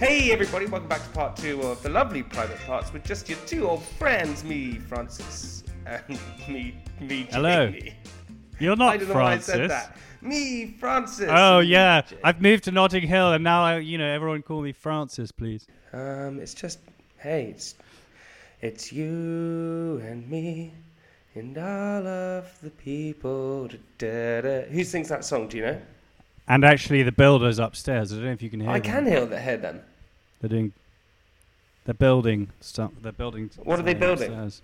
Hey everybody, welcome back to part two of the lovely private parts with just your two old friends, me Francis and me me Hello. Jamie. You're not I don't know Francis. why I said that. Me Francis. Oh yeah, J- I've moved to Notting Hill, and now I, you know, everyone call me Francis, please. Um, it's just hey, it's it's you and me and all of the people. Da-da-da. Who sings that song? Do you know? And actually, the builders upstairs. I don't know if you can hear. I them. can hear the hear them. They're doing. They're building stuff. They're building. What are they something building? upstairs.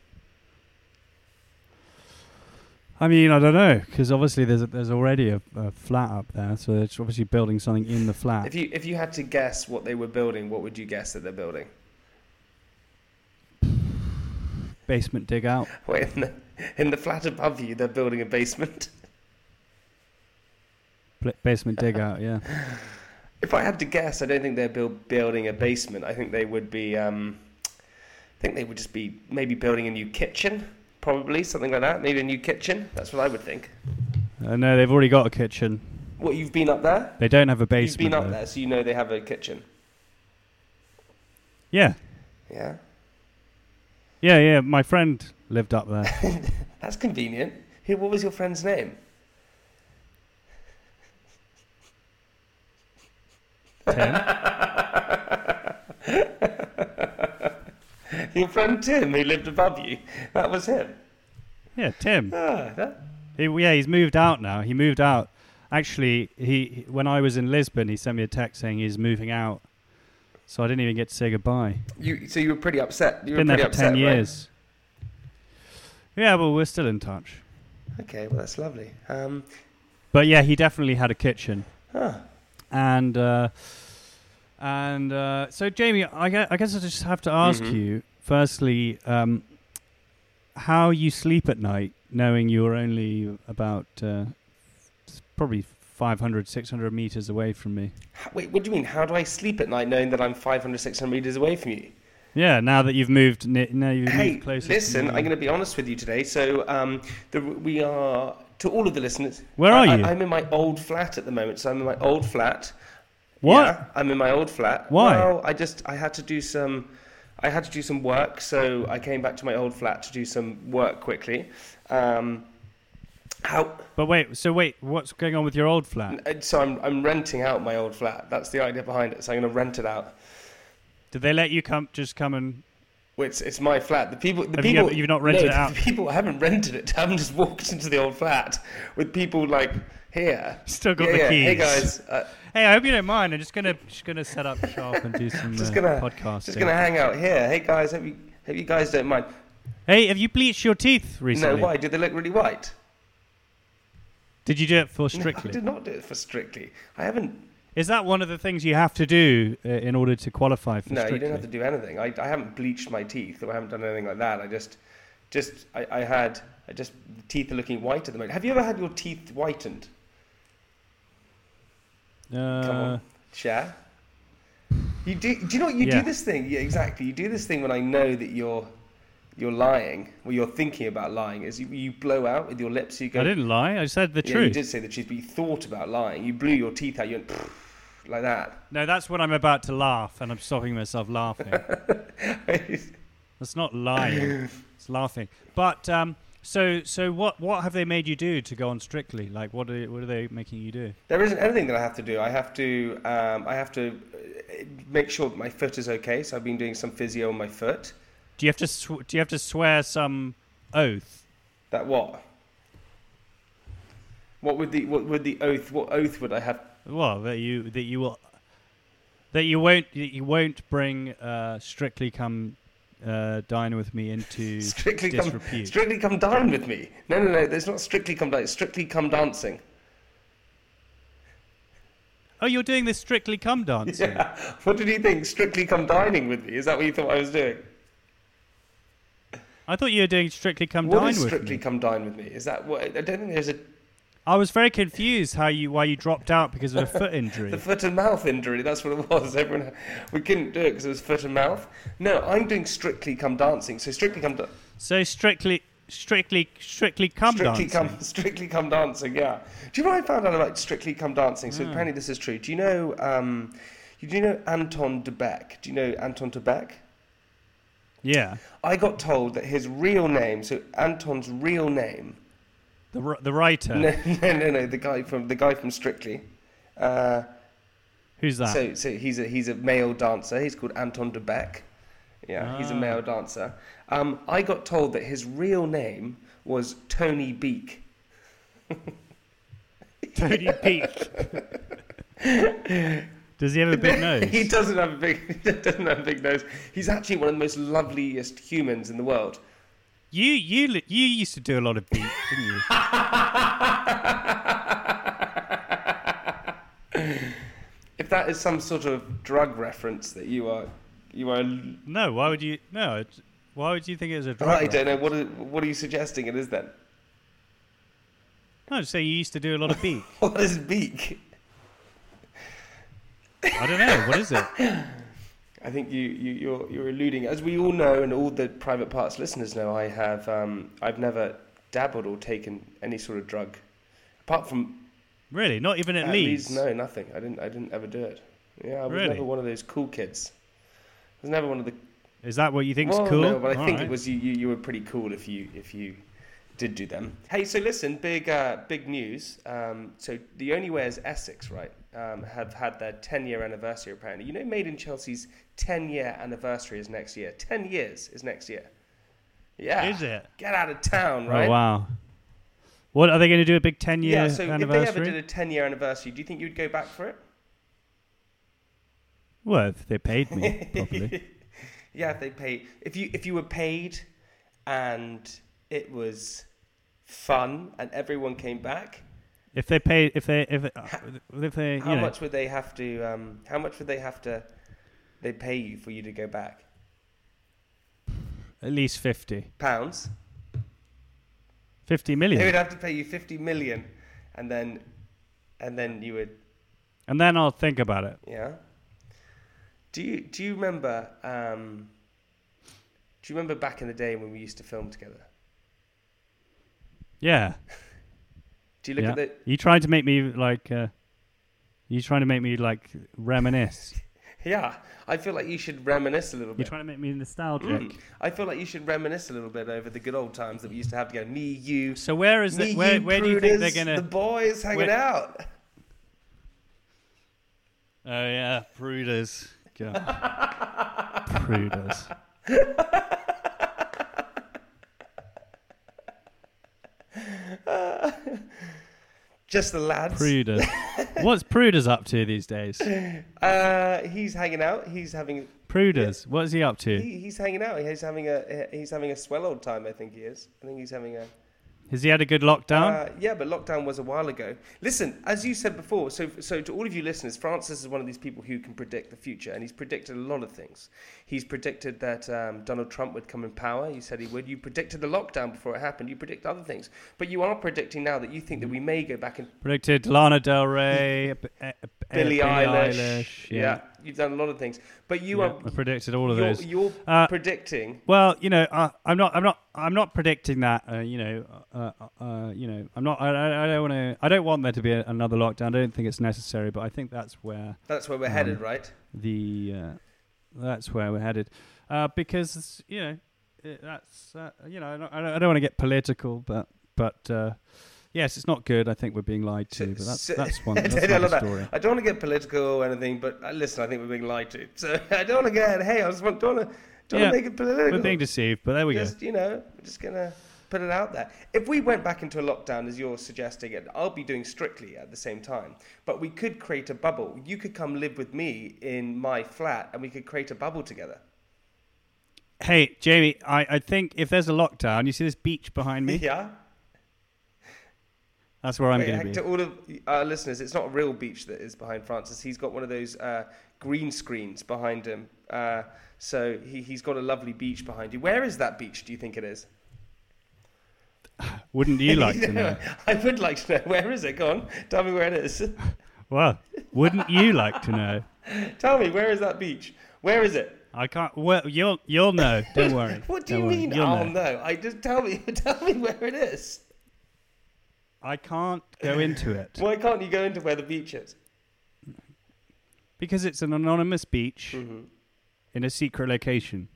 I mean, I don't know, because obviously there's a, there's already a, a flat up there, so they're obviously building something in the flat. If you if you had to guess what they were building, what would you guess that they're building? Basement dig out. Wait, in the, in the flat above you, they're building a basement. Pl- basement dig out. Yeah. If I had to guess, I don't think they're build, building a basement. I think they would be. Um, I think they would just be maybe building a new kitchen, probably something like that. Maybe a new kitchen. That's what I would think. Uh, no, they've already got a kitchen. What you've been up there? They don't have a You've basement. been up though. there, so you know they have a kitchen. Yeah. Yeah, Yeah, yeah. My friend lived up there. that's convenient. Who? What was your friend's name? Tim. Your friend Tim, who lived above you. That was him. Yeah, Tim. Ah, that, He, yeah, he's moved out now. He moved out. Actually, he when I was in Lisbon, he sent me a text saying he's moving out. So I didn't even get to say goodbye. you. So you were pretty upset. You were Been there pretty for upset, ten right? years. Yeah, well, we're still in touch. Okay, well that's lovely. Um, But yeah, he definitely had a kitchen. ah, and uh, and uh, so Jamie, I guess, I guess I just have to ask Mhm. you firstly um, how you sleep at night, knowing you're only about uh, s- probably 500, 600 meters away from me. h- wait, what do you mean? How do I sleep at night knowing that I'm 500, 600 meters away from you? Yeah, now that you've moved, ni- now you've Hey, moved closer. to listen, me. I'm going to be honest with you today. So, um, the, we are to all of the listeners. Where I, are I- you? I'm in my old flat at the moment. So I'm in my old flat. What? Yeah, I'm in my old flat. Why? Well, I just I had to do some, I had to do some work. So I came back to my old flat to do some work quickly. Um, how? But wait, so wait, what's going on with your old flat? uh, So I'm I'm renting out my old flat. That's the idea behind it. So I'm going to rent it out. Did they let you come? Just come and Well, It's, it's my flat. The people, the Have you- people, you've not rented no, it out? The people haven't rented it. Haven't just walked into the old flat with people like here. Still got yeah, the yeah. Hey keys. guys, uh, hey, I hope you don't mind. I'm just gonna just gonna set up shop and do some just uh, gonna podcasting. just gonna hang out here. Hey guys, hope you hope you guys don't mind. Hey, have you bleached your teeth recently? No, why do they look really white? Did you do it for No, Strictly? I did not do it for strictly. I haven't. Is that one of the things you have to do uh, in order to qualify for No, Strictly? you don't have to do anything. I, I haven't bleached my teeth or I haven't done anything like that. I just just I, I had I just teeth are looking white at the moment. Have you ever had your teeth whitened? Uh, Come on, share. You do. Do you know what you Yeah. do this thing? Yeah, exactly. You do this thing when I know that you're you're lying, or you're thinking about lying. Is you, you blow out with your lips. You go. I didn't lie. I said the Yeah, you truth. did say the truth, but you thought about lying. You blew your teeth out. You went like that. No, that's when I'm about to laugh, and I'm stopping myself laughing. that's not lying. It's laughing. But um, so so what what have they made you do to go on Strictly? Like what are, what are they making you do? There isn't anything that I have to do. I have to um, I have to uh, make sure that my foot is okay. So I've been doing some physio on my foot. Do you have to sw- do you have to swear some oath? That what? What would the what would the oath? What oath would I have? Well, that you that you will that you won't that you won't bring uh, strictly come uh, dine with me into Strictly come, disrepute. strictly come down with me. No, no, no. There's not strictly come down. It's strictly come dancing. oh, you're doing this strictly come dancing. Yeah. What did you think? Strictly come dining with me? Is that what you thought I was doing? I thought you were doing strictly come What dine is with strictly me. come dine with me? Is that what? I don't think there's a I was very confused how you why you dropped out because of a foot injury. The foot and mouth injury, that's what it was. Everyone, we couldn't do it because it was foot and mouth. No, I'm doing Strictly Come Dancing. So Strictly Come, da- so strictly strictly strictly come Strictly dancing. Come, Strictly Come Dancing. Yeah. Do you know what I found out about Strictly Come Dancing? Ah. So apparently this is true. Do you know? Um, you do you know Anton de Beck? Do you know Anton de Beck? Yeah. I got told that his real name, so Anton's real name, The wr- the writer. no, no, no, no, the guy from the guy from Strictly. Uh, Who's that? So, so he's a he's a male dancer. He's called Anton de Beck. Yeah, he's a Ah. male dancer. Um, I got told that his real name was Tony Beak. Tony Peak. Does he have a big he nose? doesn't have a big he doesn't have a big nose. He's actually one of the most loveliest humans in the world. You you li- you used to do a lot of beat, didn't you? If that is some sort of drug reference that you are you are, No, why would you? No, it's- why would you think it was a drug? I run? don't know what are, what are you suggesting it is then? No, just say you used to do a lot of beat. What is Beak? I don't know. What is it? I think you, you you're you're alluding, as we all know, and all the private parts listeners know. I have um, I've never dabbled or taken any sort of drug, apart from Really? Not even at, at Leeds. least no nothing. I didn't I didn't ever do it. Yeah, I was Really? never one of those cool kids. I was never one of the Is that what you think's well, cool? no, but I All think right. it was you, you. You were pretty cool if you if you did do them. Hey, so listen, big uh, big news. Um, so the only way is Essex, right? Um, have had their ten year anniversary apparently. You know, Made in Chelsea's ten year anniversary is next year. Ten years is next year. Yeah, Is it? Get out of town, Oh right? wow. What are they going to do? A big ten-year Yeah. So if they anniversary? ever did a ten year anniversary, do you think you'd go back for it? Well, if they paid me, probably. Yeah, if they pay. If you if you were paid, and it was fun, and everyone came back. If they paid, if they, if uh, if they, you How know, much would they have to? Um, how much would they have to? They pay you for you to go back at least 50. pounds. 50 They million. would have to pay you fifty million, and then, and then you would. And then I'll think about it. Yeah. Do you do you remember? Um, do you remember back in the day when we used to film together? Yeah. Do you look yeah. at the? you trying to make me like, uh, you trying to make me like reminisce. Yeah, I feel like you should reminisce a little You're bit. trying to make me nostalgic. I feel like you should reminisce a little bit over the good old times that we used to have together. Me, you. So where is me, it? Where, you, where do you think they're Pruders, gonna? The boys hanging where- out. Oh yeah, Pruders. God. Pruders. Just the lads. Pruders. What's Pruders up to these days? Uh, he's hanging out. He's having Pruders. What is he up to? he, he's hanging out. He's having a he's having a swell old time. I think he is. I think he's having a Has he had a good lockdown? uh, yeah. But lockdown was a while ago. Listen, as you said before. So so to all of you listeners, Francis is one of these people who can predict the future, and he's predicted a lot of things. He's predicted that um, Donald Trump would come in power. You said he would. You predicted the lockdown before it happened. You predict other things, but you are predicting now that you think that we may go back and Predicted Lana Del Rey, B- eh, eh, Billie, Billie Eilish. Eilish, Yeah. you've done a lot of things, but you Yeah, are. I predicted all of you're, those. you're Uh, predicting Well, you know, uh, I'm not, I'm not, I'm not predicting that. Uh, you know, uh, uh, uh, you know, I'm not. I, I, I don't want to. I don't want there to be a, another lockdown. I don't think it's necessary. But I think that's where That's where we're um, headed, right? the uh, that's where we're headed, uh, because you know, it, that's uh, you know, I don't, I don't- I don't want to get political, but but uh, yes, it's not good. I think we're being lied to, but that's So- that's one I that's don't another love that. story. I don't want to get political or anything, but uh, listen, I think we're being lied to. So I don't want to get. Hey, I just want, don't want to, don't Yeah, want to make it political. We're being deceived, but there we go. just you know, we're just gonna put it out there. If we went back into a lockdown, as you're suggesting, and I'll be doing strictly at the same time, but we could create a bubble. You could come live with me in my flat, and we could create a bubble together. Hey, Jamie, I, I think if there's a lockdown, you see this beach behind me? Yeah. That's where I'm Wait, going Hector, to be. all of our listeners, it's not a real beach that is behind Francis. He's got one of those uh, green screens behind him. Uh, so he, he's got a lovely beach behind you. Where is that beach, do you think it is? Wouldn't you like to know? I would like to know. Where is it? Go on. Tell me where it is. Well, wouldn't you like to know? Tell me, where is that beach? Where is it? I can't. Well, you'll you'll know. Don't worry. What do Don't you worry. mean? You'll oh, know. no. I just tell me, tell me where it is. I can't go into it Why can't you go into where the beach is? because it's an anonymous beach Mm-hmm. in a secret location.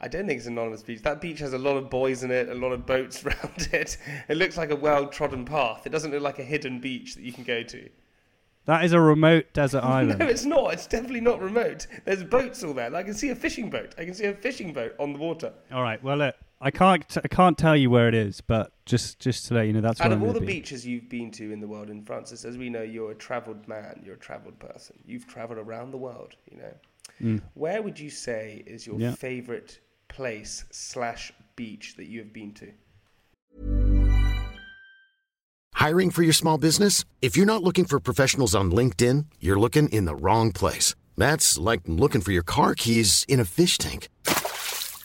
I don't think it's an anonymous beach. That beach has a lot of boys in it, a lot of boats around it. It looks like a well trodden path. It doesn't look like a hidden beach that you can go to. That is a remote desert No, island. it's not. It's definitely not remote. There's boats all there. I can see a fishing boat. I can see a fishing boat on the water. All right. Well, look, I can't t- I can't tell you where it is, but just just to let you know, that's Out where of I'm all the gonna be. beaches you've been to in the world, in Francis, as we know, you're a travelled man. You're a travelled person. You've travelled around the world. You know, where would you say is your Mm. Yeah. favourite place slash beach that you have been to? Hiring for your small business? If you're not looking for professionals on LinkedIn, you're looking in the wrong place. That's like looking for your car keys in a fish tank.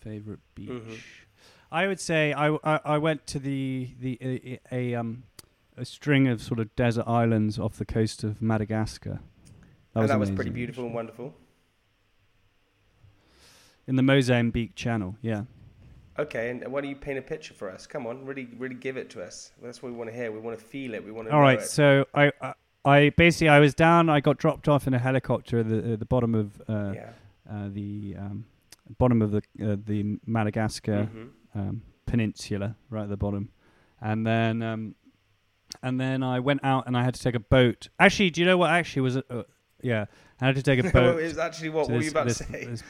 favorite beach. Mm-hmm. I would say I, I I went to the the a, a um a string of sort of desert islands off the coast of Madagascar. That and was Oh, that was pretty amazing, beautiful and actually. wonderful. in the Mozambique Channel. Yeah. Okay, and why don't you paint a picture for us? Come on, really, really give it to us. That's what we want to hear. We want to feel it. We want to. All know right, it. so I, I, I basically I was down. I got dropped off in a helicopter at the, at the bottom of uh, yeah. uh, the um, bottom of the uh, the Madagascar Mhm. um, peninsula, right at the bottom, and then um, and then I went out and I had to take a boat. Actually, do you know what? Actually, was uh, yeah, I had to take a Well, boat. it was actually what, to what were this- you about this- to say? this-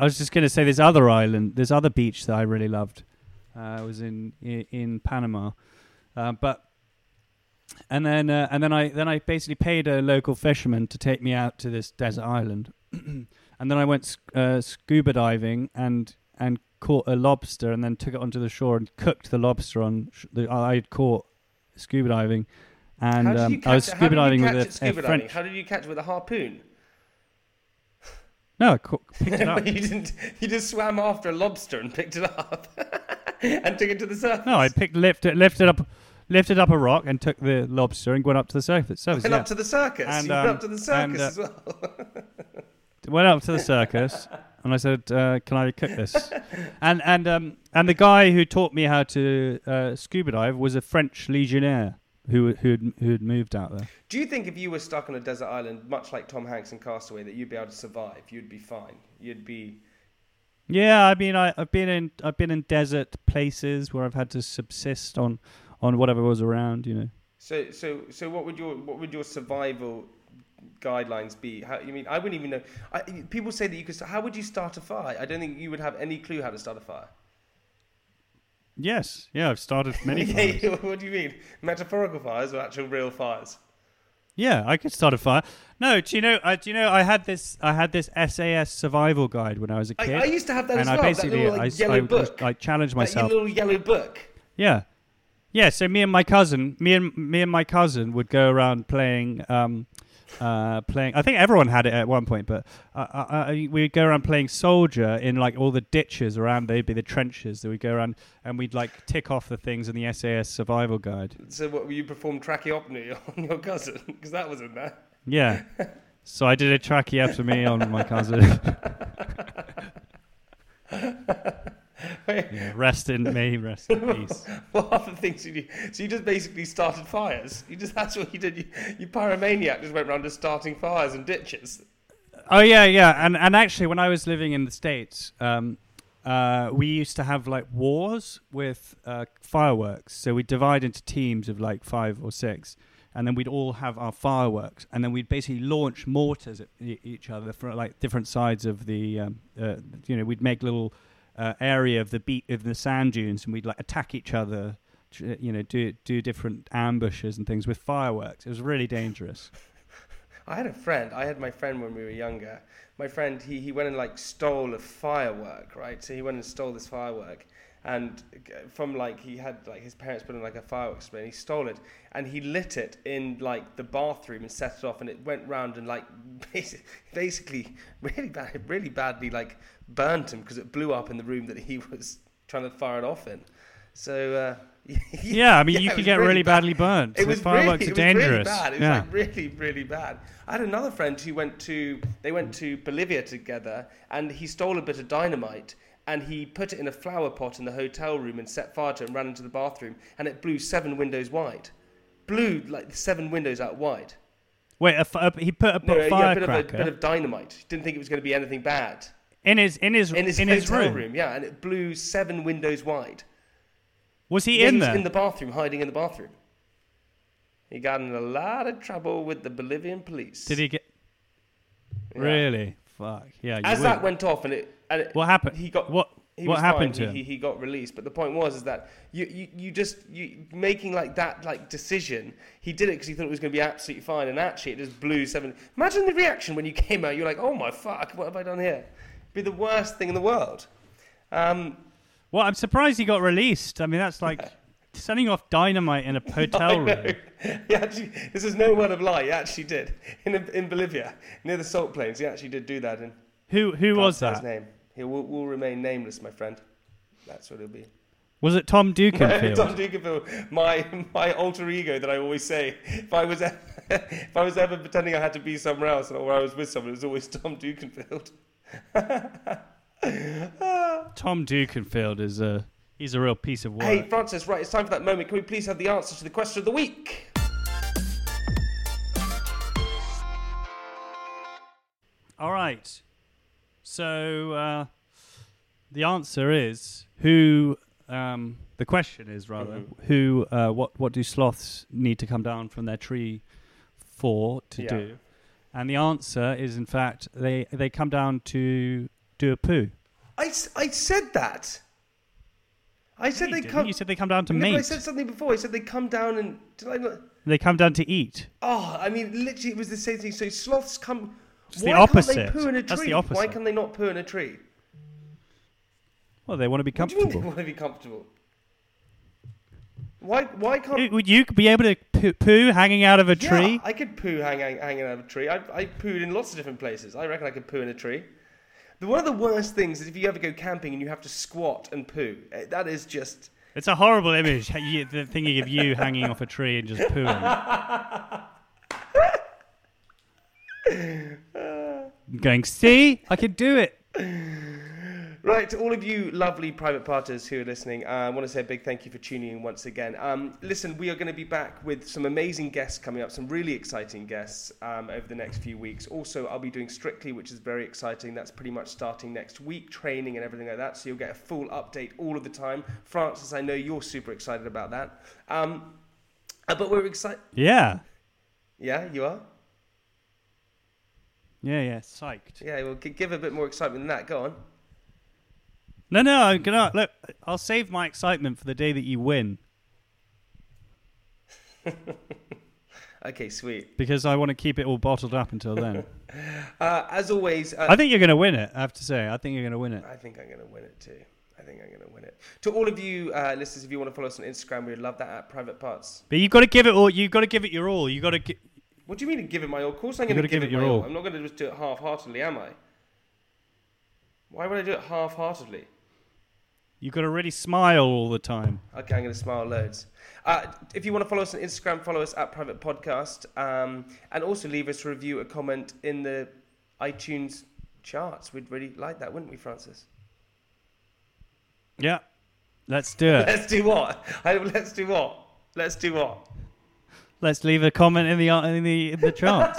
I was just going to say this other island, this other beach that I really loved. Uh, was in in, in Panama, uh, but and then uh, and then I then I basically paid a local fisherman to take me out to this desert island, and then I went sc- uh, scuba diving and and caught a lobster and then took it onto the shore and cooked the lobster on sh- the I had caught scuba diving, and How did um, you I was catch it? How scuba did you diving catch with it a, scuba a diving? French. How did you catch it with a harpoon? No, I caught, picked it up. you didn't. You just swam after a lobster and picked it up and took it to the surface. No, I picked lifted lifted up lifted up a rock and took the lobster and went up to the surface. surface went yeah. up to the circus. And, you went um, up to the circus and, uh, as well. went up to the circus and I said, uh, "Can I cook this?" and and um and the guy who taught me how to uh, scuba dive was a French legionnaire who who who had moved out there. Do you think if you were stuck on a desert island, much like Tom Hanks in Castaway, that you'd be able to survive? You'd be fine. You'd be. Yeah, I mean, I, I've been in I've been in desert places where I've had to subsist on on whatever was around, you know. So so so. What would your what would your survival guidelines be? How you mean? I wouldn't even know. I, people say that you could. st- How would you start a fire? I don't think you would have any clue how to start a fire. Yes, yeah, I've started many Yeah, fires. yeah, what do you mean? Metaphorical fires or actual real fires? Yeah, I could start a fire. No, do you know? Uh, do you know? I had this. I had this SAS survival guide when I was a I- kid. I used to have that and as I well, that basically, little, like, I s- yellow I, book. I, challenged Like your myself. little yellow book. yeah, yeah. So me and my cousin, me and me and my cousin would go around playing. Um, uh, playing, I think everyone had it at one point, but uh, uh, uh, we'd go around playing soldier in like all the ditches around. They'd be the trenches that we'd go around, and we'd like tick off the things in the SAS survival guide. So what you performed tracheopney on your cousin because that was in there. Yeah. So I did a tracky after me on my cousin. Yeah, rest in may he rest in peace. What other things did you do? So you just basically started fires. You just that's what you did. You, you pyromaniac just went around just starting fires and ditches. Oh yeah, yeah, and and actually, when I was living in the states, um, uh, we used to have like wars with uh, fireworks. So we'd divide into teams of like five or six, and then we'd all have our fireworks, and then we'd basically launch mortars at e- each other from like different sides of the, um, uh, you know, we'd make little uh, area of the beat of the sand dunes, and we'd like attack each other. tr- You know, do do different ambushes and things with fireworks. It was really dangerous. I had a friend. I had my friend when we were younger. My friend, he, he went and like stole a firework, right? So he went and stole this firework, and g- from like he had like his parents put in like a fireworks display, and he stole it and he lit it in like the bathroom and set it off, and it went round and like basi- basically really bad, really badly like burnt him because it blew up in the room that he was trying to fire it off in. So uh, Yeah, I mean, you it can was get really, bad. badly burnt. It so was fireworks really, it are was dangerous. really bad. It was yeah. like really, really bad. I had another friend who went to they went to Bolivia together, and he stole a bit of dynamite and he put it in a flower pot in the hotel room and set fire to it and ran into the bathroom, and it blew seven windows wide, blew like seven windows out wide. Wait, a, fi- a, he put a No, yeah, a bit of a firecracker bit of dynamite. Didn't think it was going to be anything bad in his in his in his hotel room. Yeah, and it blew seven windows wide. Was he Yeah, in was there? in the bathroom, hiding in the bathroom. He got in a lot of trouble with the Bolivian police. Did he get Yeah. really? Fuck yeah! You As would. that went off, and it, and it What happened? He got What- He what was happened fine. to he, him? he, he got released. But the point was is that you, you, you just you making like that like decision. He did it because he thought it was going to be absolutely fine, and actually it just blew seven. Imagine the reaction when you came out. You're like, oh my fuck, what have I done here? Be the worst thing in the world. Um, Well, I'm surprised he got released. I mean, that's like sending off dynamite in a hotel room. he actually, this is no word of lie. He actually did in in Bolivia near the salt plains. He actually did do that. And Who who can't was say His that? name. He will, will remain nameless, my friend. That's what it'll be. Was it Tom Dukenfield? Tom Dukenfield, my my alter ego that I always say. If I was ever, if I was ever pretending I had to be somewhere else or I was with someone, it was always Tom Dukenfield. Tom Dukenfield is a he's a real piece of work. Hey, Francis, right, it's time for that moment. Can we please have the answer to the question of the week? All right. So uh, the answer is who. Um, the question is rather Mm-hmm. who. Uh, what what do sloths need to come down from their tree for to Yeah. do? And the answer is, in fact, they they come down to do a poo. I, s- I said that. I said You they didn't. come. You said they come down to No, but I mate. said something before. I said they come down and did I not? They come down to eat. Oh, I mean, literally, it was the same thing. So sloths come. It's the why opposite. can't they poo in a tree? That's the Why opposite. can they not poo in a tree? Well, they want to be What do you mean they comfortable. want to be comfortable? Why? Why can't? Would you be able to poo, poo hanging out of a Yeah, tree? I could poo hang, hang, hanging out of a tree. I, I pooed in lots of different places. I reckon I could poo in a tree. The, one of the worst things is if you ever go camping and you have to squat and poo. Eh, That is just. It's a horrible image. you, the thinking of you hanging off a tree and just pooing. Going, see, I can do it. Right, to all of you lovely private parters who are listening, uh, I want to say a big thank you for tuning in once again. Um, listen, we are going to be back with some amazing guests coming up, some really exciting guests um, over the next few weeks. Also, I'll be doing Strictly, which is very exciting. That's pretty much starting next week, training and everything like that. So you'll get a full update all of the time. Francis, I know you're super excited about that. Um, uh, but we're excited. Yeah, Yeah, you are? yeah, yeah. Psyched. Yeah, well, g- give a bit more excitement than that. Go on. No, no, I'm gonna look. I'll save my excitement for the day that you win Okay, sweet. because I want to keep it all bottled up until then. Uh, as always, uh, I think you're gonna win it. I have to say, I think you're gonna win it. I think I'm going to win it too. I think I'm going to win it. To all of you uh, listeners, if you want to follow us on Instagram, we'd love that at Private Parts. But you've got to give it all. You've got to give it your all. You got to. Gi- What do you mean give it my all? Of course I'm You going to gotta give, it, your my all. all. I'm not going to just do it half-heartedly, am I? Why would I do it half-heartedly? you've got to really smile all the time. Okay, I'm going to smile loads. Uh, if you want to follow us on Instagram, follow us at Private Podcast, um, and also leave us a review, a comment in the iTunes charts. We'd really like that, wouldn't we, Francis? Yeah. Let's do it. Let's do what? I, let's do what? Let's do what? Let's leave a comment in the uh, in the in the charts.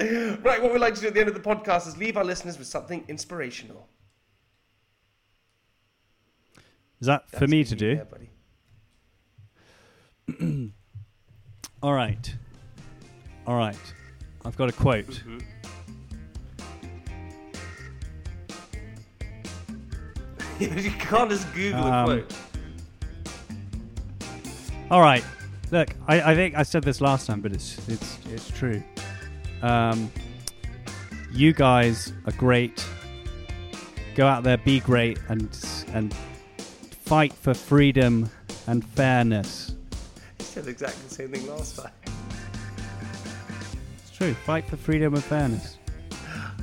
Right, what we like to do at the end of the podcast is leave our listeners with something inspirational. Is that for That's me you to do? there, buddy. All right. All right. I've got a quote. you can't just Google Um, a quote. All right. Look, I, I think I said this last time, but it's it's it's true. Um, you guys are great. Go out there, be great, and and fight for freedom and fairness. You said exactly the same thing last time. It's true. Fight for freedom and fairness.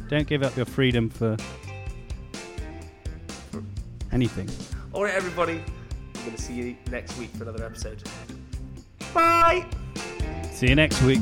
Don't give up your freedom for anything. All right, everybody. We're going to see you next week for another episode. Bye! See you next week.